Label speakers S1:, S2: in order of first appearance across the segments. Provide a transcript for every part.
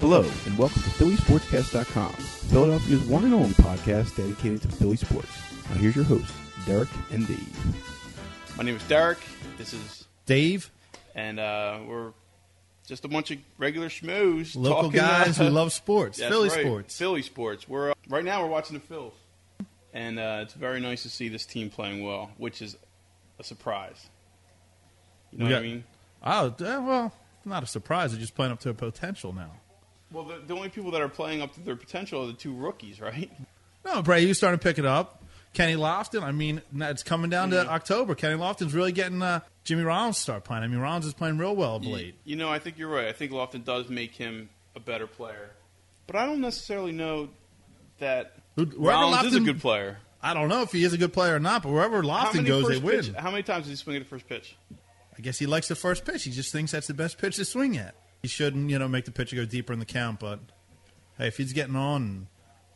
S1: Hello, and welcome to PhillySportsCast.com, Philadelphia's one and only podcast dedicated to Philly sports. Now, here's your hosts, Derek and Dave.
S2: My name is Derek. This is,
S3: Dave,
S2: and uh, we're just a bunch of regular schmoes,
S3: local
S2: talking,
S3: guys
S2: uh,
S3: who love sports,
S2: that's
S3: Philly
S2: right,
S3: sports.
S2: Philly sports. We're uh, right now we're watching the Phils, and uh, it's very nice to see this team playing well, which is a surprise. You know
S3: We
S2: what I
S3: got-
S2: mean?
S3: Oh, d- well, not a surprise. They're just playing up to their potential now.
S2: Well, the, the only people that are playing up to their potential are the two rookies, right?
S3: No, Bray, you starting to pick it up. Kenny Lofton, I mean, now it's coming down
S2: Mm.
S3: to October. Kenny Lofton's really getting uh, Jimmy Rollins to start playing. I mean, Rollins is playing real well of late.
S2: You know, I think you're right. I think Lofton does make him a better player, but I don't necessarily know that
S3: Who- wherever
S2: Rollins is a
S3: Lofton-
S2: good player.
S3: I don't know if he is a good player or not, but wherever
S2: How
S3: Lofton
S2: many
S3: goes, they
S2: first
S3: win.
S2: pitch- How many times did he swing at the first pitch?
S3: I guess he likes the first pitch. He just thinks that's the best pitch to swing at. He shouldn't, you know, make the pitcher go deeper in the count. But hey, if he's getting on, and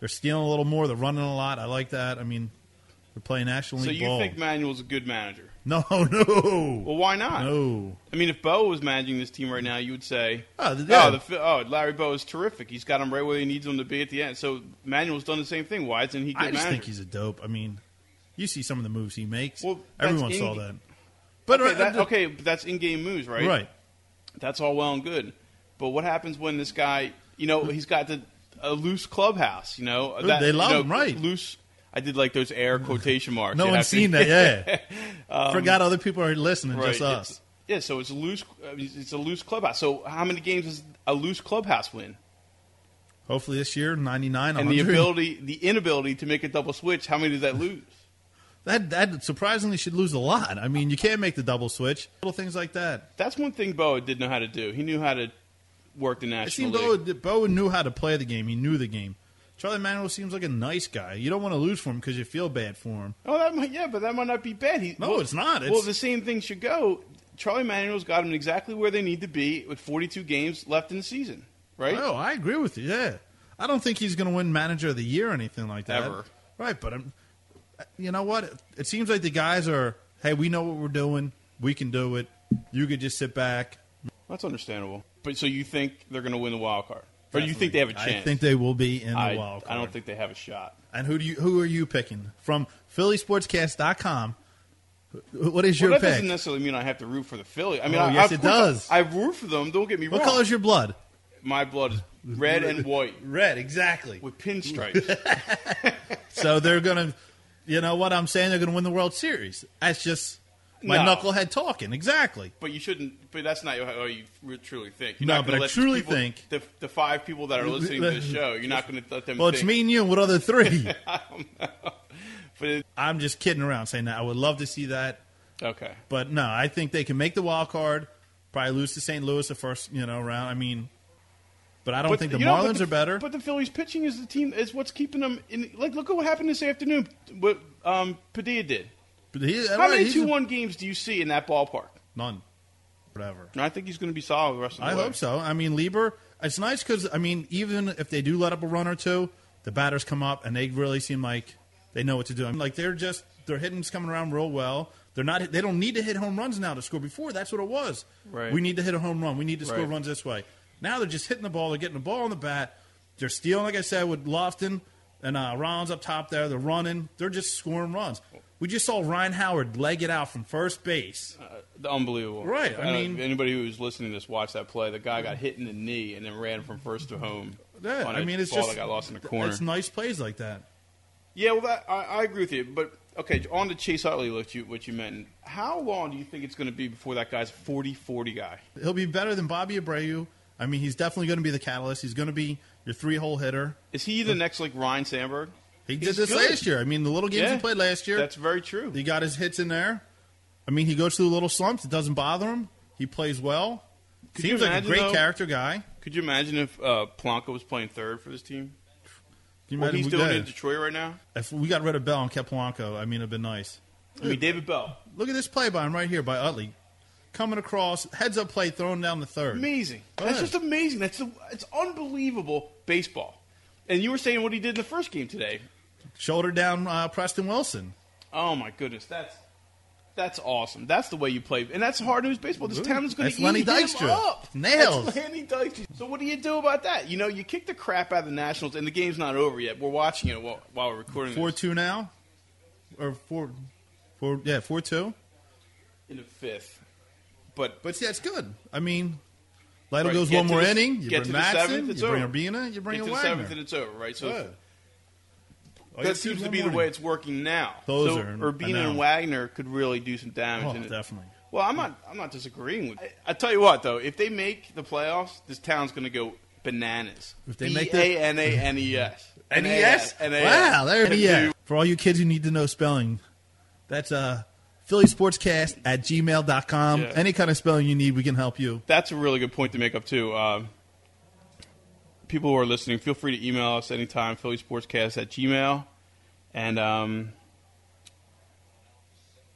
S3: they're stealing a little more. They're running a lot. I like that. I mean, they're playing National
S2: So
S3: League
S2: you
S3: ball.
S2: think Manuel's a good manager?
S3: no, no,
S2: Well, why not?
S3: no.
S2: I mean, if Bo was managing this team right now, you would say,
S3: Oh, the,
S2: "Oh, the, Phil- oh, Larry Bo is terrific. He's got him right where he needs him to be at the end." So Manuel's done the same thing. Why isn't he a good
S3: I just
S2: manager?
S3: think he's a dope. I mean, you see some of the moves he makes.
S2: Well, that's
S3: everyone
S2: in-
S3: saw that. But
S2: okay,
S3: uh,
S2: that-
S3: uh,
S2: okay, but that's in-game moves, right?
S3: right.
S2: That's all well and good, but what happens when this guy, you know, he's got the, a loose clubhouse? You know, that,
S3: they love
S2: you know,
S3: him, right.
S2: Loose. I did like those air quotation marks.
S3: No
S2: You
S3: one's
S2: have to-
S3: seen that. Yeah, forgot other people are listening.
S2: Um, Right.
S3: Just us.
S2: It's, yeah, so it's a loose. I mean, It's a loose clubhouse. So how many games does a loose clubhouse win?
S3: Hopefully this year, ninety nine.
S2: And the ability, the inability to make a double switch. How many does that lose?
S3: That that surprisingly should lose a lot. I mean, you can't make the double switch. Little things like that.
S2: That's one thing Boa did know how to do. He knew how to work the
S3: It
S2: national
S3: seemed Bowen,
S2: league.
S3: Bowen knew how to play the game. He knew the game. Charlie Manuel seems like a nice guy. You don't want to lose for him because you feel bad for him.
S2: Oh, that might yeah, but that might not be bad. He,
S3: No,
S2: well-
S3: it's not. It's,
S2: well, the same thing should go. Charlie Manuel's got them exactly where they need to be with 42 games left in the season, right?
S3: No, Oh, I agree with you. Yeah, I don't think he's going to win Manager of the Year or anything like that.
S2: Ever.
S3: Right, but I'm, you know what? It seems like the guys are. Hey, we know what we're doing. We can do it. You could just sit back.
S2: That's understandable. But so you think they're going to win the wild card, or you think they have a chance?
S3: I think they will be in the
S2: I,
S3: wild
S2: I
S3: card.
S2: don't think they have a shot.
S3: And who do you who are you picking from PhillySportsCast.com? wh- What is your
S2: well, that doesn't
S3: pick?
S2: necessarily mean I have to root for the Philly. I mean,
S3: Oh,
S2: I,
S3: yes,
S2: I, of
S3: it
S2: course,
S3: does.
S2: I, I root for them. Don't get me
S3: What
S2: wrong.
S3: color is your blood?
S2: My blood is red and white
S3: Red, exactly.
S2: with pinstripes.
S3: so they're gonna, you know what I'm saying? They're gonna win the World Series. That's just my
S2: No.
S3: knucklehead talking. Exactly.
S2: but you shouldn't. But that's not how you re- truly think. You're
S3: No,
S2: not gonna
S3: but I
S2: let these
S3: truly
S2: people-
S3: think-
S2: the, the five people that are listening to this show. You're not going to let them.
S3: Well,
S2: think.
S3: it's me and you. and What other three?
S2: But it,
S3: I'm just kidding around saying that. I would love to see that,
S2: okay,
S3: but no, I think they can make the wild card. Probably lose to St. Louis the first, you know, round. I mean, but I don't think the
S2: you know, but
S3: Marlins are better.
S2: But the Phillies pitching is the team is what's keeping them in. Like, look at what happened this afternoon. What um, Padilla did.
S3: But he-
S2: How
S3: right,
S2: many
S3: he's
S2: two one games do you see in that ballpark?
S3: None. Whatever.
S2: And I think he's going to be solid the rest of the
S3: I
S2: way.
S3: hope so. I mean, Lieber, it's nice because, I mean, even if they do let up a run or two, the batters come up and they really seem like they know what to do. I mean, like, they're just, their hitting's coming around real well. They're not, they don't need to hit home runs now to score. Before, that's what it was.
S2: Right.
S3: We need to hit a home run. We need to score
S2: Right.
S3: runs this way. Now they're just hitting the ball. They're getting the ball on the bat. They're stealing, like I said, with Lofton and uh, Rollins up top there. They're running. They're just scoring runs. We just saw Ryan Howard leg it out from first base.
S2: Uh, unbelievable.
S3: Right, I
S2: Uh,
S3: mean-
S2: anybody who's listening to this, watch that play. The guy got hit in the knee and then ran from first to home.
S3: Yeah,
S2: on a
S3: I mean, it's
S2: ball
S3: just
S2: that got lost in the corner.
S3: It's nice plays like that.
S2: Yeah, well, that, I, I agree with you. But okay, on to Chase Utley, what you what you meant. How long do you think it's going to be before that guy's a 40-40 guy?
S3: He'll be better than Bobby Abreu. I mean, he's definitely going to be the catalyst. He's going to be your three-hole hitter.
S2: Is he the next like Ryan Sandberg?
S3: He did
S2: He's
S3: this
S2: good.
S3: last year. I mean, the little games
S2: Yeah,
S3: he played last year,
S2: That's very true.
S3: he got his hits in there. I mean, he goes through little slumps. It doesn't bother him. He plays well.
S2: Could you
S3: Seems like a
S2: imagine,
S3: great
S2: though-
S3: character guy.
S2: Could you imagine if uh, Polanco was playing third for this team?
S3: Can you
S2: What
S3: imagine
S2: he's
S3: we
S2: doing
S3: got-
S2: in Detroit right now?
S3: if we got rid of Bell and kept Polanco, I mean, it'd been nice.
S2: I mean, David Bell,
S3: Look at this play by him right here by Utley, coming across, heads up play, thrown down the third.
S2: amazing.
S3: Go
S2: That's
S3: ahead.
S2: just amazing. That's the, it's unbelievable baseball. And you were saying what he did in the first game today.
S3: Shoulder down, uh, Preston Wilson.
S2: Oh my goodness, that's That's awesome. That's the way you play, and that's hard news baseball. This town is going
S3: That's
S2: to eat
S3: Lenny
S2: him
S3: Dykstra.
S2: up.
S3: Nails.
S2: That's Lenny Dykstra. So what do you do about that? You know, you kick the crap out of the Nationals, and the game's not over yet. We're watching it while, while we're recording.
S3: Four
S2: this
S3: two now, or four, four yeah four two.
S2: in the fifth, but
S3: But see, that's good. I mean, Lytle
S2: Right,
S3: goes
S2: get
S3: one
S2: to
S3: more
S2: the-
S3: inning. You
S2: get to
S3: bring
S2: the seventh,
S3: Matson. You
S2: it's
S3: bring
S2: over.
S3: Urbina. You bring
S2: get
S3: a
S2: to the
S3: Wagner.
S2: seventh and it's over, right? So
S3: Good. All you
S2: that
S3: see is
S2: seems to
S3: one
S2: be the
S3: more
S2: way
S3: inning.
S2: it's working now.
S3: Those
S2: so
S3: are- I
S2: Urbina
S3: know.
S2: and Wagner could really do some damage.
S3: Oh,
S2: in it.
S3: definitely.
S2: Well, I'm not. I'm not disagreeing with. I, I tell you what, though, if they make the playoffs, this town's going to go bananas.
S3: If they make the-
S2: B A N A N E S. E
S3: NES? E Wow, there it is. For all you kids who need to know spelling, that's uh, Philly Sportscast at gmail.com.
S2: Yeah.
S3: Any kind of spelling you need, we can help you.
S2: That's a really good point to make up too. Um, people who are listening, feel free to email us anytime. PhillySportsCast at Gmail, and um,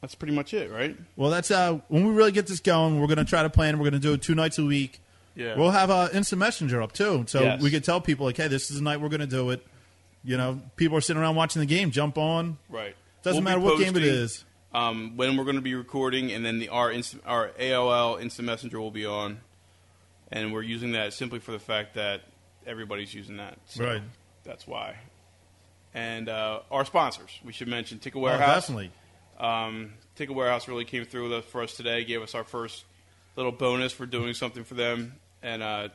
S2: that's pretty much it, right?
S3: Well, that's uh, when we really get this going, we're going to try to plan. We're going to do it two nights a week.
S2: Yeah.
S3: We'll have uh, Instant Messenger up too. So
S2: Yes.
S3: we could tell people, like, hey, this is the night we're going to do it. You know, people are sitting around watching the game. Jump on.
S2: Right.
S3: Doesn't
S2: We'll
S3: matter
S2: be
S3: what game it
S2: posting,
S3: is.
S2: Um, when we're going to be recording, and then the our instant, our AOL Instant Messenger will be on, and we're using that simply for the fact that everybody's using that. So
S3: Right.
S2: That's why. And uh, our sponsors, we should mention Ticket
S3: Oh,
S2: Warehouse.
S3: definitely.
S2: Um, Ticket Warehouse really came through with us for us today. Gave us our first little bonus for doing something for them. And uh,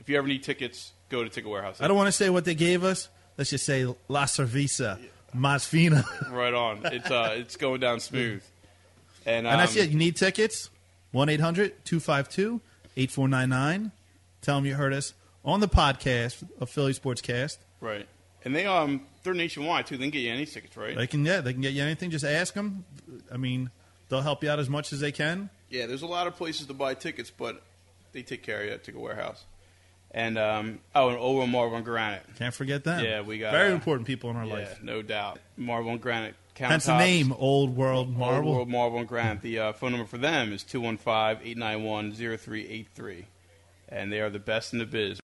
S2: if you ever need tickets, go to Ticket Warehouse.
S3: I don't want to say what they gave us. Let's just say La Cerveza, Mas Fina.
S2: Right on. It's uh, it's going down smooth. And, um,
S3: And that's it. You need tickets? 1 800 252 8499. Tell them you heard us on the podcast of Philly Sportscast.
S2: Right. And they um they're nationwide too. They can get you any tickets, right?
S3: They can, yeah, they can get you anything. Just ask them. I mean, they'll help you out as much as they can.
S2: yeah, there's a lot of places to buy tickets, but they take care of you at Ticket Warehouse. And um oh, and Oral Marvin Granite.
S3: Can't forget them.
S2: Yeah, we got,
S3: very
S2: uh,
S3: important people in our
S2: Yeah,
S3: life.
S2: no doubt. Marvin Granite. Countertops.
S3: Hence the name, Old World
S2: Old
S3: Marvel.
S2: World Marvel and Granite. The uh, phone number for them is 215-891-0383. And they are the best in the biz.